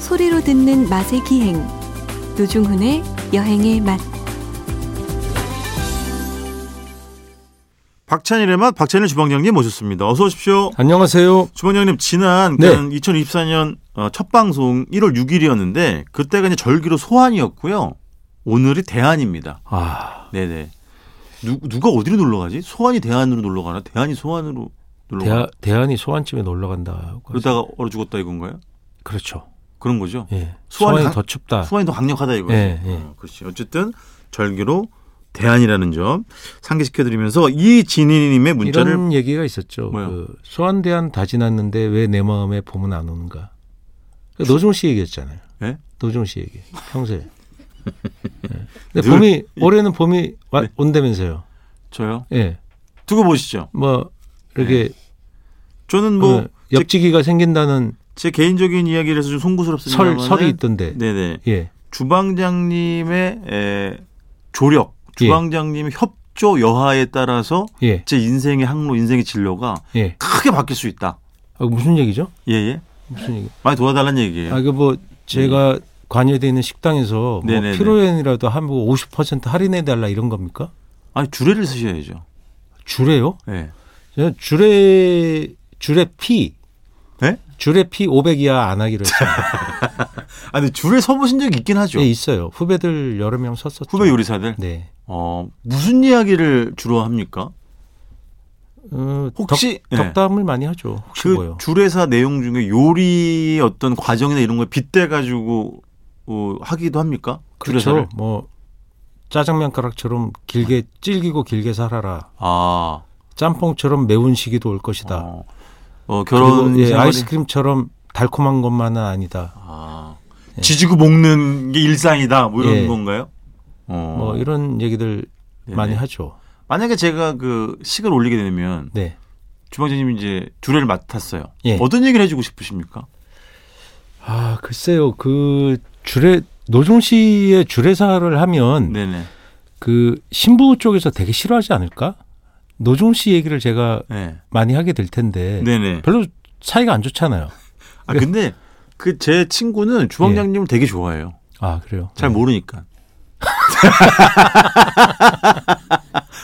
소리로 듣는 맛의 기행 노중훈의 여행의 맛 박찬일의 맛 박찬일 주방장님 모셨습니다. 어서 오십시오. 안녕하세요. 주방장님 지난 네. 2024년 어, 첫 방송 1월 6일이었는데 그때가 이제 절기로 소환이었고요. 오늘이 대안입니다. 아, 네네. 누, 누가 어디로 놀러 가지? 소환이 대안으로 놀러 가나? 대안이 소환으로 놀러 가나? 대하, 대한이 소환집에 놀러 간다. 아, 그러다가 얼어 죽었다 이건가요? 그렇죠. 그런 거죠. 예. 소환이 소환이 강- 더 춥다. 소환이 더 강력하다 이거죠. 예, 예. 어, 그렇지. 어쨌든 절기로 대안이라는 점 상기시켜드리면서 이진희님의 문자를 이런 얘기가 있었죠. 뭐요? 그 소환 대한 다지났는데 왜 내 마음에 봄은 안 오는가? 그 노종 씨 얘기했잖아요. 예? 노종 씨 얘기. 평소에. 예. 근데 늘- 네. 봄이 올해는 봄이 와, 온다면서요. 저요. 예. 두고 보시죠. 뭐 이렇게 저는 네. 뭐 어, 옆지기가 생긴다는 제 개인적인 이야기를 해서 좀 송구스럽습니다만 설 설이 있던데. 네네 예. 주방장님의 에, 조력 예. 주방장님의 협조 여하에 따라서 예. 제 인생의 항로 인생의 진로가 예. 크게 바뀔 수 있다 아, 무슨 얘기죠? 예예 무슨 얘기? 많이 도와달라는 얘기예요 음. 아, 그 뭐 제가 관여돼 있는 식당에서 뭐 네네네. 피로연이라도 한50% 뭐 할인해 달라 이런 겁니까? 아니 주례를 쓰셔야죠 주례요? 예 저는 주례 주례 피 예? 주례 피 500이야 안 하기로 했어요. 아 근데 주례 서보신 적이 있긴 하죠 예, 있어요. 후배들 여러 명 섰었죠. 후배 요리사들 네. 어 무슨 이야기를 주로 합니까 어, 혹시- 예. 덕, 담을 많이 하죠. 혹시 그 뭐요? 주례사 내용 중에 요리의 어떤 과정이나 이런 걸 빗대 가지고 어, 하기도 합니까 주례사를 그렇죠. 뭐 짜장면 가락처럼 길게 질기고 길게 살아라. 아 짬뽕처럼 매운 시기도 올 것이다. 어, 어, 결혼 그리고, 예, 생활이- 아이스크림처럼 달콤한 것만은 아니다. 아, 지지고 볶는 게 일상이다 뭐 이런 예. 건가요? 어. 뭐 이런 얘기들 네네. 많이 하죠. 만약에 제가 그 식을 올리게 되면 네. 주방장님이 이제 주례를 맡았어요. 예. 어떤 얘기를 해주고 싶으십니까? 아 글쎄요 그 주례 노종 씨의 주례사를 하면 네네. 그 신부 쪽에서 되게 싫어하지 않을까? 노종 씨 얘기를 제가 네. 많이 하게 될 텐데 네네. 별로 사이가 안 좋잖아요. 아 근데 그 제 친구는 주방장님을 예. 되게 좋아해요. 아 그래요. 잘 모르니까.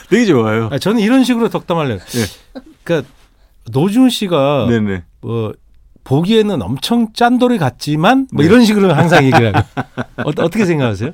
되게 좋아요. 아, 저는 이런 식으로 덕담할래요. 그러니까 노준 씨가 네네. 뭐 보기에는 엄청 짠돌이 같지만 뭐 네. 이런 식으로 항상 얘기를 하고 어, 어떻게 생각하세요?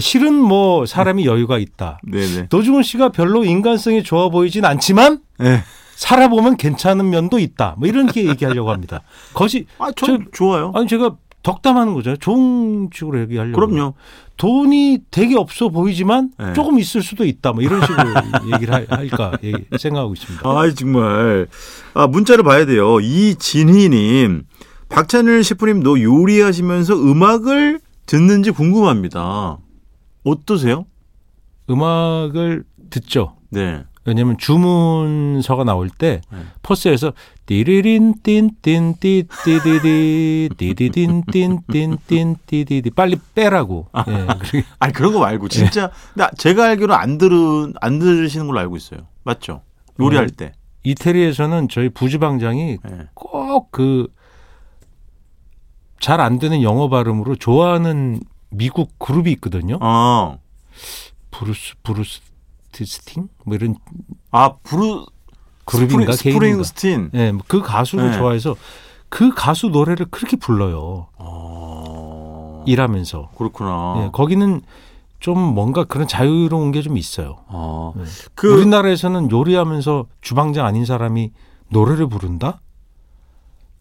실은 뭐 사람이 여유가 있다. 네네. 노중훈 씨가 별로 인간성이 좋아 보이진 않지만 네. 살아보면 괜찮은 면도 있다. 뭐 이런 게 얘기하려고 합니다. 거시 아전 좋아요. 아니 제가 덕담하는 거잖아요. 좋은 식으로 얘기하려고. 그럼요. 돈이 되게 없어 보이지만 네. 조금 있을 수도 있다. 뭐 이런 식으로 얘기를 할- 할까 얘기- 생각하고 있습니다. 아이 정말 아 문자를 봐야 돼요. 이진희님 박찬일 셰프님도 요리하시면서 음악을 듣는지 궁금합니다. 어떠세요? 음악을 듣죠. 네. 왜냐면 주문서가 나올 때 네. 포스에서 띠리린 띵띵 띠띠디디 띠디딘 띵띵 띵띠디디 빨리 빼라고. 예. 그리고 아니 그런 거 말고 네. 진짜 나 제가 알기로 안 들은 안 들으시는 걸로 알고 있어요. 맞죠? 요리할 네. 때. 이태리에서는 저희 부주방장이 네. 꼭 그 잘 안 되는 영어 발음으로 좋아하는 미국 그룹이 있거든요. 어. 브루스 브루스 디스팅 뭐 이런 아 브루 그룹인가 스프링, 개인인가. 스프링스틴. 예, 뭐그 가수를 네. 좋아해서 그 가수 노래를 그렇게 불러요. 어. 일하면서. 그렇구나. 예, 거기는 좀 뭔가 그런 자유로운 게 좀 있어요. 어. 네. 그 우리나라에서는 요리하면서 주방장 아닌 사람이 노래를 부른다?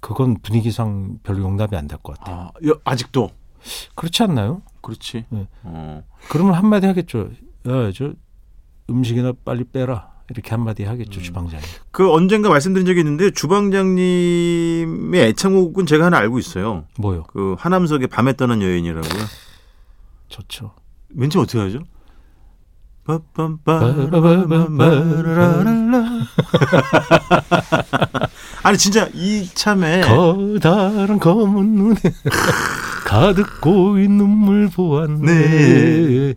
그건 분위기상 별로 용납이 안 될 것 같아요. 아, 여- 아직도 그렇지 않나요? 그렇지. 네. 어. 그러면 한마디 하겠죠. 야, 저 음식이나 빨리 빼라. 이렇게 한마디 하겠죠, 주방장이. 그 언젠가 말씀드린 적이 있는데 주방장님의 애창곡은 제가 하나 알고 있어요. 뭐요? 그 하남석의 밤에 떠난 여인이라고요. 좋죠. 왠지 어떻게 하죠? 빠밤빠라라라라라라. 아니 진짜 이 참에 커다란 검은 눈에 가득 고인 눈물 보았네. 네.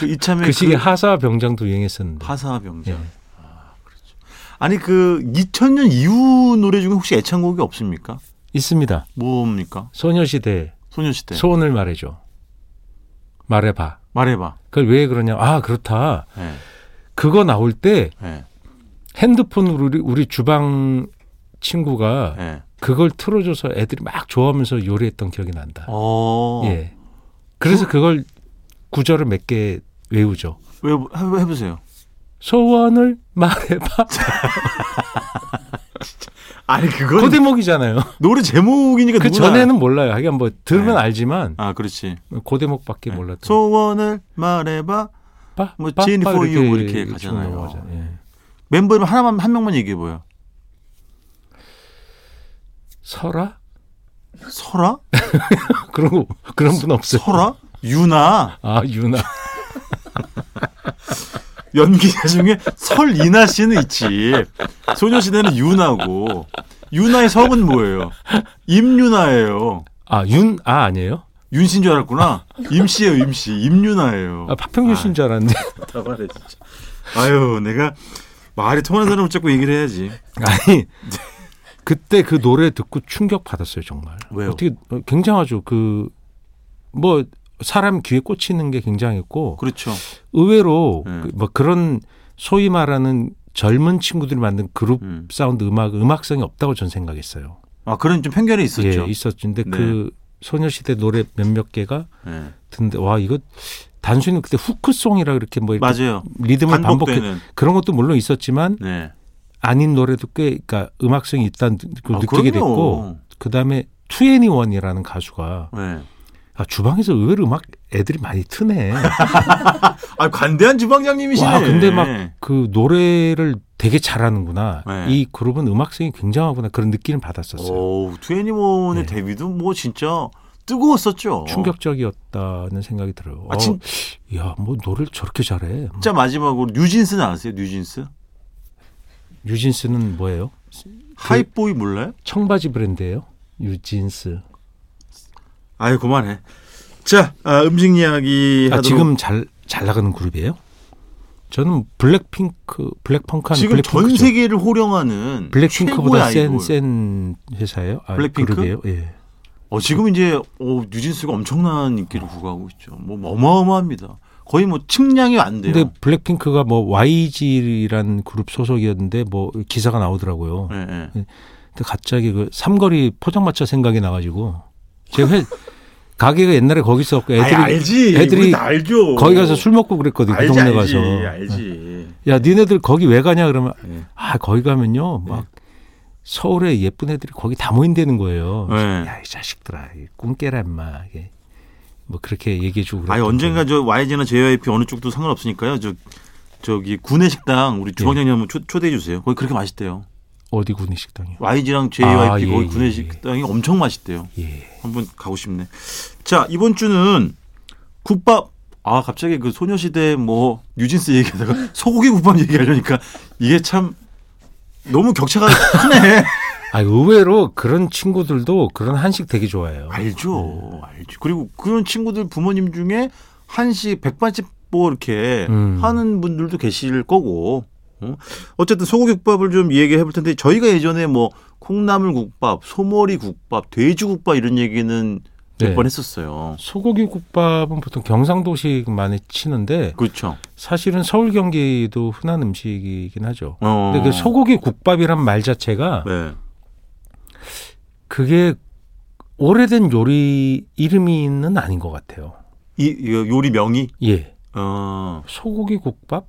그, 이 참에 그 시기에 그 하사 병장도 유행했었는데. 하사병장. 예. 아, 그렇죠. 아니 그 2000년 이후 노래 중에 혹시 애창곡이 없습니까? 있습니다. 뭡니까? 소녀시대 소녀시대. 소원을 말해줘. 말해봐. 말해봐. 그걸 왜 그러냐? 아 그렇다. 예. 그거 나올 때 예. 핸드폰으로 우리, 우리 주방 친구가 예. 그걸 틀어줘서 애들이 막 좋아하면서 요리했던 기억이 난다. 어. 예. 그래서 그걸 구절을 몇 개 외우죠. 왜 해, 해보세요. 소원을 말해봐. 아니 그건 그 대목이잖아요. 노래 제목이니까 그 누구나 전에는 몰라요. 하긴 뭐 들으면 네. 알지만 아 그렇지. 그 대목밖에 예. 몰랐던. 소원을 말해봐. 빠, 뭐 빠, Gin 빠 for you 뭐 이렇게 쭉 가잖아요. 네. 넘어가잖아요. 예. 멤버 이름 하나만 한 명만 얘기해 보여. 설아 설아? 그런 거 그런 분 없어요. 설아? 유나 아 유나 연기자 중에 설이나 씨는 있지. 소녀시대는 유나고 유나의 성은 뭐예요? 임유나예요. 아 윤 아 아니에요? 윤신 줄 알았구나. 임씨예요, 임씨. 임유나예요. 아 파평균 씨인 줄 알았는데 답답하네 진짜. 아유, 내가 말이 통하는 사람을 자꾸 얘기를 해야지. 네. 아니 그때 그 노래 듣고 충격 받았어요 정말. 왜요? 어떻게 어, 굉장하죠. 그 뭐 사람 귀에 꽂히는 게 굉장했고 그렇죠. 의외로 음. 그, 뭐 그런 소위 말하는 젊은 친구들이 만든 그룹 음. 사운드 음악 음악성이 없다고 전 생각했어요. 아, 그런 좀 편견이 있었죠. 예, 있었죠. 근데 네. 그 소녀시대 노래 몇몇 개가 예. 듣는데 와 이거 단순히 그때 후크송이라 그렇게 뭐 이렇게 맞아요. 리듬을 반복해 반복되는. 그런 것도 물론 있었지만 네. 아닌 아닌 노래도 꽤 그러니까 음악성이 있다는 걸 아, 그럼요. 느끼게 됐고 그다음에 투애니원이라는 가수가 네. 아, 주방에서 의외로 음악 애들이 많이 트네. 아, 관대한 주방장님이시네. 와 근데 막 그 노래를 되게 잘하는구나. 네. 이 그룹은 음악성이 굉장하구나 그런 느낌을 받았었어요. 오, 투애니몬의 네. 데뷔도 뭐 진짜 뜨거웠었죠. 충격적이었다는 생각이 들어요. 아, 어, 진- 야, 뭐 노래를 저렇게 잘해. 뭐. 진짜 마지막으로 뉴진스는 아세요? 뉴진스? 그 유진스는 뭐예요? 하이보이 몰라요? 청바지 브랜드예요? 유진스. 아유 그만해. 자 아, 음식 이야기 아, 하도록- 지금 잘 잘 나가는 그룹이에요? 저는 블랙핑크, 블랙펑크한 지금 전 블랙핑크죠. 세계를 호령하는 블랙핑크보다 최고의 센, 아이돌. 센 회사예요? 아, 블랙핑크? 그룹이에요? 예. 어, 지금 이제 어, 뉴진스가 엄청난 인기를 구가하고 있죠. 뭐 어마어마합니다. 거의 뭐 측량이 안 돼요. 근데 블랙핑크가 뭐 YG란 그룹 소속이었는데 뭐 기사가 나오더라고요. 예, 예. 근데 갑자기 그 삼거리 포장마차 생각이 나가지고 제회 가게가 옛날에 거기 있었고 애들이 아이, 알지. 애들이 우리 다 알죠. 거기 가서 술 먹고 그랬거든요. 알지, 그 동네 알지, 가서. 알지. 야, 니네들 거기 왜 가냐 그러면 예. 아, 거기 가면요. 네. 막 서울의 예쁜 애들이 거기 다 모인다는 거예요. 네. 야, 이 자식들아. 이 꿈깨라 임마. 이게 뭐 그렇게 얘기해 주고 아니 그랬던 언젠가 저 YG나 JYP 어느 쪽도 상관없으니까요. 저 저기 구내 식당 예. 우리 주방장님 한번 초, 초대해 주세요. 거기 그렇게 맛있대요. 거예요. 어디 군의 식당이요? YG랑 JYP 아, 예, 거기 예, 구내 예. 식당이 엄청 맛있대요. 예. 한번 가고 싶네. 자 이번 주는 국밥. 아 갑자기 그 소녀시대 뭐 뉴진스 얘기하다가 소고기 국밥 얘기하려니까 이게 참 너무 격차가 크네. 아, 의외로 그런 친구들도 그런 한식 되게 좋아해요. 네. 알죠, 알죠. 그리고 그런 친구들 부모님 중에 한시 백반집 뭐 이렇게 음. 하는 분들도 계실 거고. 어? 어쨌든 소고기 국밥을 좀 얘기해 볼 텐데 저희가 예전에 뭐 콩나물 국밥, 소머리 국밥, 돼지 국밥 이런 얘기는 몇 네. 번 했었어요. 소고기 국밥은 보통 경상도식 많이 치는데 그렇죠. 사실은 서울 경기도 흔한 음식이긴 하죠. 어. 근데 그 소고기 국밥이란 말 자체가 네. 그게 오래된 요리 이름이는 아닌 것 같아요. 이, 이거 요리 명이 예. 어 소고기 국밥?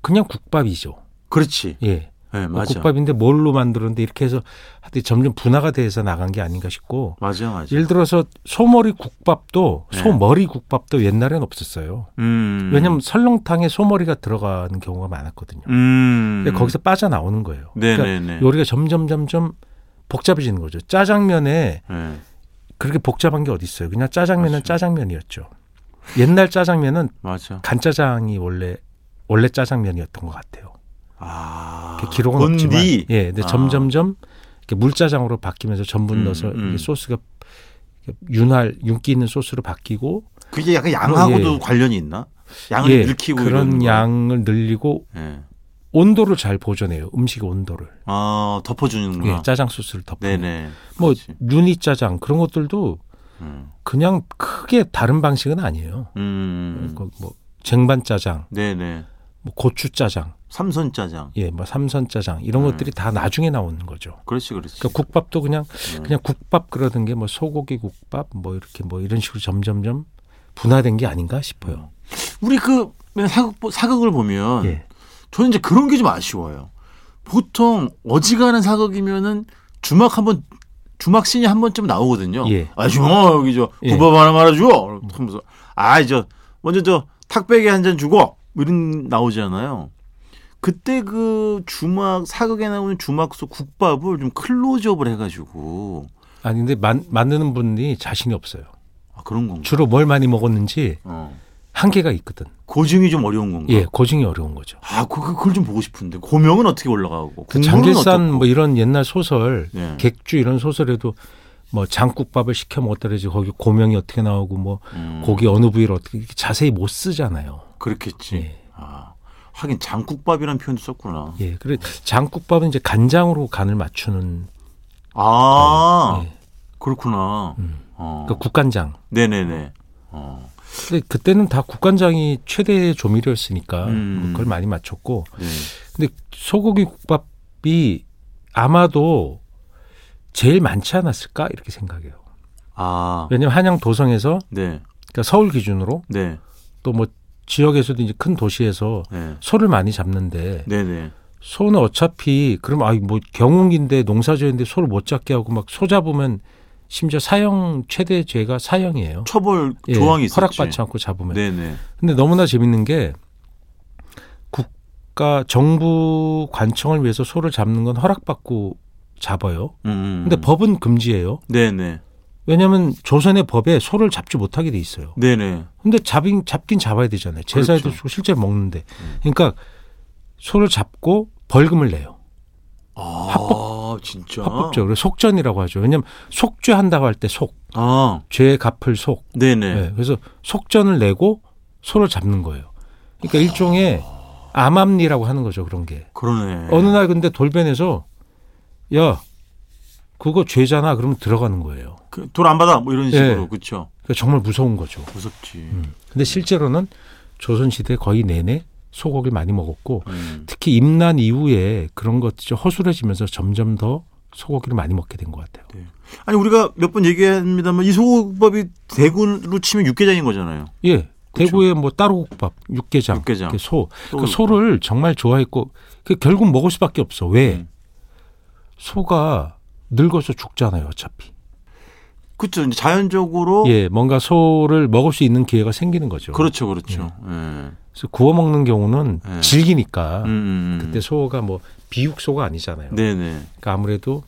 그냥 국밥이죠. 그렇지. 예. 예, 맞아. 국밥인데 뭘로 만들었는데 이렇게 해서 하여튼 점점 분화가 돼서 나간 게 아닌가 싶고 맞아, 맞아. 예를 들어서 소머리 국밥도 네. 소머리 국밥도 옛날엔 없었어요. 음. 왜냐면 설렁탕에 소머리가 들어가는 경우가 많았거든요. 음. 근데 거기서 빠져나오는 거예요. 네, 그러니까 네, 네. 요리가 점점 점점 복잡해지는 거죠. 짜장면에 네. 그렇게 복잡한 게 어디 있어요. 그냥 짜장면은 맞아요. 짜장면이었죠. 옛날 짜장면은 맞아. 간짜장이 원래 원래 짜장면이었던 것 같아요. 아. 이렇게 기록은 건디. 없지만 예, 근데 아. 점점점 이렇게 물짜장으로 바뀌면서 전분 음, 넣어서 이게 음. 소스가 윤활 윤기 있는 소스로 바뀌고 그게 약간 양하고도 예. 관련이 있나? 양을 예, 늘키고 그런 이런 거. 양을 늘리고 예. 온도를 잘 보존해요. 음식의 온도를. 아 덮어주는구나. 예, 짜장 소스를 덮어. 네네. 뭐 그렇지. 유니 짜장 그런 것들도 음. 그냥 크게 다른 방식은 아니에요. 음. 그뭐 쟁반 짜장, 네네. 뭐 고추 짜장, 삼선 짜장. 예, 뭐 삼선 짜장 이런 음. 것들이 다 나중에 나오는 거죠. 그렇지 그렇지. 그러니까 국밥도 그냥 음. 그냥 국밥 그러던 게 뭐 소고기 국밥 뭐 이렇게 뭐 이런 식으로 점점점 분화된 게 아닌가 싶어요. 우리 그 사극 사극을 보면 예. 저는 이제 그런 게 좀 아쉬워요. 보통 어지간한 사극이면은 주막 한번 주막 씬이 한 번쯤 나오거든요. 예. 아, 주마 여기 저 예. 국밥 하나 말아줘. 하면서 아, 저 먼저 저 탁배기 한 잔 주고 뭐 이런 나오잖아요. 그때 그 주막 사극에 나오는 주막 속 국밥을 좀 클로즈업을 해가지고 아니 근데 만, 만드는 분이 자신이 없어요. 아, 그런 건가? 주로 뭘 많이 먹었는지 어. 한계가 있거든. 고증이 좀 어려운 건가? 예, 고증이 어려운 거죠. 아, 그, 그- 그걸 좀 보고 싶은데 고명은 어떻게 올라가고 그 국물은 장길산 어떻고? 뭐 이런 옛날 소설, 예. 객주 이런 소설에도 뭐 장국밥을 시켜 먹었다 그러지 거기 고명이 어떻게 나오고 뭐 음. 고기 어느 부위를 어떻게 이렇게 자세히 못 쓰잖아요. 그렇겠지. 예. 아, 하긴 장국밥이라는 표현도 썼구나. 예, 그래 장국밥은 이제 간장으로 간을 맞추는 아, 예, 그렇구나. 음. 어. 그러니까 국간장. 네네네. 어. 근데 그때는 다 국간장이 최대 조미료였으니까 뭐 음. 그걸 많이 맞췄고 네. 근데 소고기 국밥이 아마도 제일 많지 않았을까 이렇게 생각해요. 아, 왜냐면 한양 도성에서 네, 그러니까 서울 기준으로 네, 또 뭐 지역에서도 이제 큰 도시에서 네, 소를 많이 잡는데 네네. 소는 어차피 그럼 아이 뭐 경운기인데 농사지었는데 소를 못 잡게 하고 막 소 잡으면 심지어 사형 최대 죄가 사형이에요. 처벌 예, 조항이 있었지. 허락받지 않고 잡으면. 네네. 근데 너무나 재밌는 게 국가 정부 관청을 위해서 소를 잡는 건 허락받고 잡아요. 음, 음. 근데 법은 금지예요. 네네. 왜냐하면 조선의 법에 소를 잡지 못하게 돼 있어요. 네네. 근데 잡긴 잡긴 잡아야 되잖아요. 제사에도 그렇죠. 음. 쓰고 실제로 먹는데. 그러니까 소를 잡고 벌금을 내요. 아, 진짜. 합법적으로 그래서 속전이라고 하죠. 왜냐하면 속죄한다고 할 때 속, 아, 죄에 갚을 속. 네네. 네, 그래서 속전을 내고 소를 잡는 거예요. 그러니까 일종의 암암리라고 하는 거죠. 그런 게. 그러네. 어느 날 근데 돌변해서 야 그거 죄잖아. 그러면 들어가는 거예요. 돈 안 받아. 뭐 이런 식으로. 예. 음. 그쵸. 그러니까 정말 무서운 거죠. 무섭지. 근데 실제로는 조선시대 거의 내내 소고기를 많이 먹었고 음. 특히 임난 이후에 그런 것들이 허술해지면서 점점 더 소고기를 많이 먹게 된 것 같아요. 예. 아니, 우리가 몇 번 얘기합니다만, 이 소고기밥이 대구로 치면 육개장인 거잖아요. 예. 대구에 뭐 따로국밥, 그렇죠. 육개장, 육개장. 이렇게 소. 또 그 소를 정말 좋아했고 그 결국 먹을 수밖에 없어. 왜? 음. 소가 늙어서 죽잖아요, 어차피. 그쵸. 이제 자연적으로. 예, 뭔가 소를 먹을 수 있는 기회가 생기는 거죠. 어? 그렇죠, 그렇죠. 예. 그래서 구워 먹는 경우는 네. 질기니까 음, 음. 아, 그때 소가 뭐 비육소가 아니잖아요. 네네. 그러니까 아무래도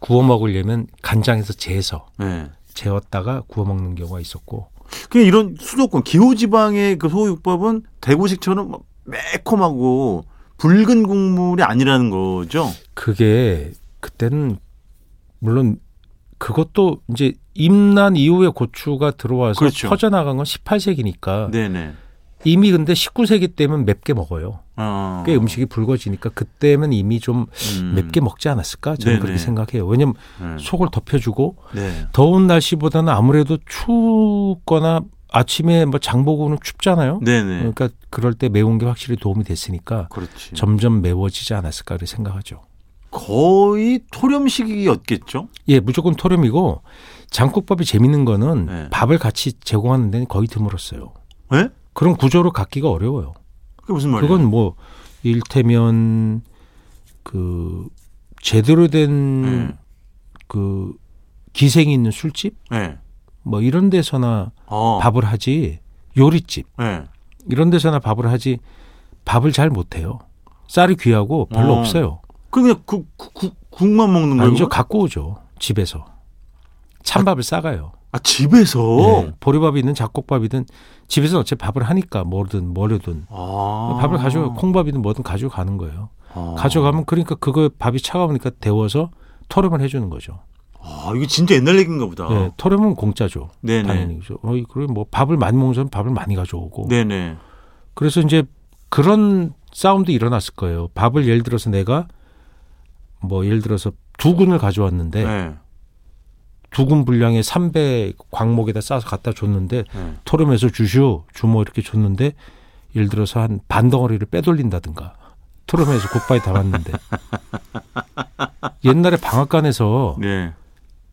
구워 먹으려면 간장에서 재서 네. 재웠다가 구워 먹는 경우가 있었고 그냥 이런 수도권 기호지방의 그 소육밥은 대구식처럼 막 매콤하고 붉은 국물이 아니라는 거죠. 그게 그때는 물론 그것도 이제 임난 이후에 고추가 들어와서 그렇죠. 퍼져나간 건 18세기니까 네네. 이미 근데 19세기 때면 맵게 먹어요. 어. 꽤 음식이 붉어지니까 그때면 이미 좀 음. 맵게 먹지 않았을까 저는 네네. 그렇게 생각해요. 왜냐면 네. 속을 덮여주고 네. 더운 날씨보다는 아무래도 춥거나 아침에 뭐 장보고는 춥잖아요. 네네. 그러니까 그럴 때 매운 게 확실히 도움이 됐으니까 그렇지. 점점 매워지지 않았을까 그렇게 생각하죠. 거의 토렴식이었겠죠. 예, 무조건 토렴이고 장국밥이 재밌는 거는 네. 밥을 같이 제공하는 데는 거의 드물었어요. 예? 그런 구조로 갖기가 어려워요. 그게 무슨 말이에요? 그건 뭐 일테면 그 제대로 된 그 네. 기생이 있는 술집 예. 뭐 이런 데서나 어. 밥을 하지 요리집 예. 이런 데서나 밥을 하지 밥을 잘 못해요. 쌀이 귀하고 별로 어. 없어요. 그럼 그냥 국, 국, 국- 국만 먹는 거예요? 아니죠 갖고 오죠 집에서 찬밥을 싸가요. 아, 집에서? 예, 보리밥이든 잡곡밥이든 집에서 어차피 밥을 하니까 뭐든 뭐든 아. 밥을 가져 콩밥이든 뭐든 가지고 가는 거예요. 아. 가져가면 그러니까 그거 밥이 차가우니까 데워서 토렴을 해주는 거죠. 아, 이거 진짜 옛날 얘기인가 보다. 예, 토렴은 공짜죠. 아. 네네. 당연히 그죠. 어이 네. 그래 뭐 밥을 많이 먹는 사람 밥을 많이 가져오고. 네네. 그래서 이제 그런 싸움도 일어났을 거예요. 밥을 예를 들어서 내가 뭐 예를 들어서 두 군을 가져왔는데 네. 두 군 분량의 삼배 광목에다 싸서 갖다 줬는데 네. 토렴해서 주시오 주모 이렇게 줬는데 예를 들어서 한 반 덩어리를 빼돌린다든가 토렴해서 굿바이 담았는데 옛날에 방앗간에서 네.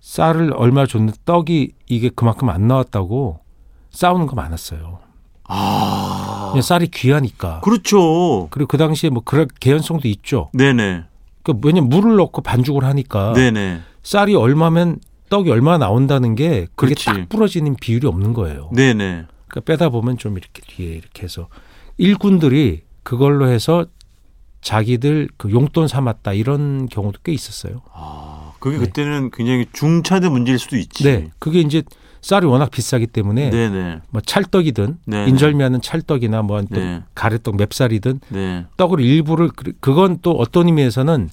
쌀을 얼마 줬는데 떡이 이게 그만큼 안 나왔다고 싸우는 거 많았어요. 아. 그냥 쌀이 귀하니까. 그렇죠. 그리고 그 당시에 뭐 그런 개연성도 있죠. 네네. 그 왜냐면 물을 넣고 반죽을 하니까 네네. 쌀이 얼마면 떡이 얼마 나온다는 게 그게 그렇지. 딱 부러지는 비율이 없는 거예요. 네네. 그러니까 빼다 보면 좀 이렇게 뒤에 이렇게 해서 일꾼들이 그걸로 해서 자기들 그 용돈 삼았다 이런 경우도 꽤 있었어요. 아, 그게 네. 그때는 굉장히 중차대 문제일 수도 있지. 네, 그게 이제 쌀이 워낙 비싸기 때문에 네네. 뭐 찰떡이든 네. 인절미하는 찰떡이나 뭐 또 네. 가래떡 맵쌀이든 네. 떡을 일부를 그- 그건 또 어떤 의미에서는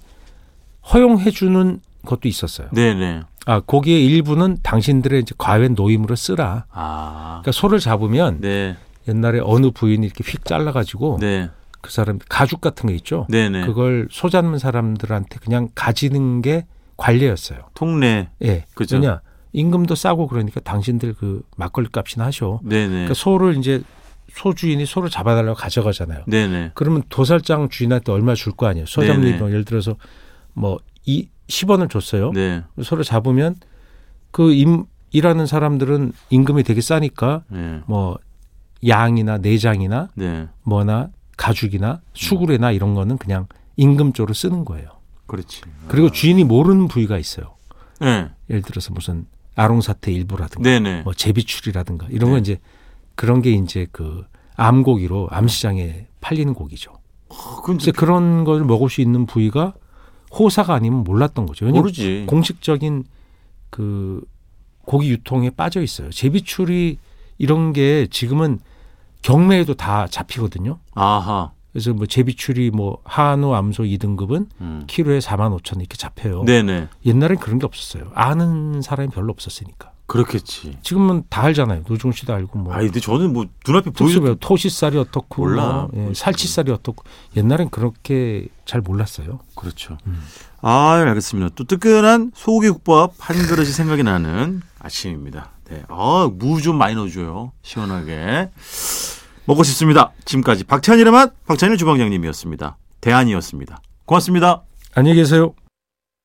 허용해 주는 것도 있었어요. 네네. 아 거기에 일부는 당신들의 이제 과외 노임으로 쓰라. 아. 그러니까 소를 잡으면 네. 옛날에 어느 부인이 이렇게 휙 잘라가지고 네. 그 사람 가죽 같은 거 있죠. 네네. 그걸 소 잡는 사람들한테 그냥 가지는 게 관례였어요. 통례. 예. 그죠. 왜냐 임금도 싸고 그러니까 당신들 그 막걸리 값이나 하셔. 네네. 그러니까 소를 이제 소 주인이 소를 잡아달라고 가져가잖아요. 네네. 그러면 도살장 주인한테 얼마 줄 거 아니에요. 소 잡는 네네. 일병 예를 들어서 뭐이 10원을 줬어요. 네. 소를 잡으면 그 임, 일하는 사람들은 임금이 되게 싸니까 네. 뭐 양이나 내장이나 네. 뭐나 가죽이나 수구레나 이런 거는 그냥 임금조로 쓰는 거예요. 그렇지. 그리고 주인이 모르는 부위가 있어요. 네. 예를 들어서 무슨 아롱사태 일부라든가 네네. 뭐 제비추리라든가 이런 건 네. 이제 그런 게 이제 그 암고기로 암시장에 팔리는 고기죠. 어, 그건 그래서 그런 걸 먹을 수 있는 부위가 호사가 아니면 몰랐던 거죠. 왜냐면 모르지. 공식적인 그 고기 유통에 빠져 있어요. 제비추리 이런 게 지금은 경매에도 다 잡히거든요. 아하. 그래서 뭐 제비추리 뭐 한우 암소 2등급은 음. 키로에 4만 5천 이렇게 잡혀요. 네네. 옛날엔 그런 게 없었어요. 아는 사람이 별로 없었으니까. 그렇겠지. 지금은 다 알잖아요. 노중 씨도 알고 뭐. 아니, 근데 저는 뭐 눈앞에 보이는 특수배 토시살이 어떻고 몰라. 뭐, 예, 살치살이 어떻고 옛날엔 그렇게 잘 몰랐어요. 그렇죠. 음. 아, 알겠습니다. 또 뜨끈한 소고기 국밥 한 그릇이 생각이 나는 아침입니다. 네. 아, 무 좀 많이 넣어줘요. 시원하게. 먹고 싶습니다. 지금까지 박찬일의 맛, 박찬일 주방장님이었습니다. 대안이었습니다. 고맙습니다. 안녕히 계세요.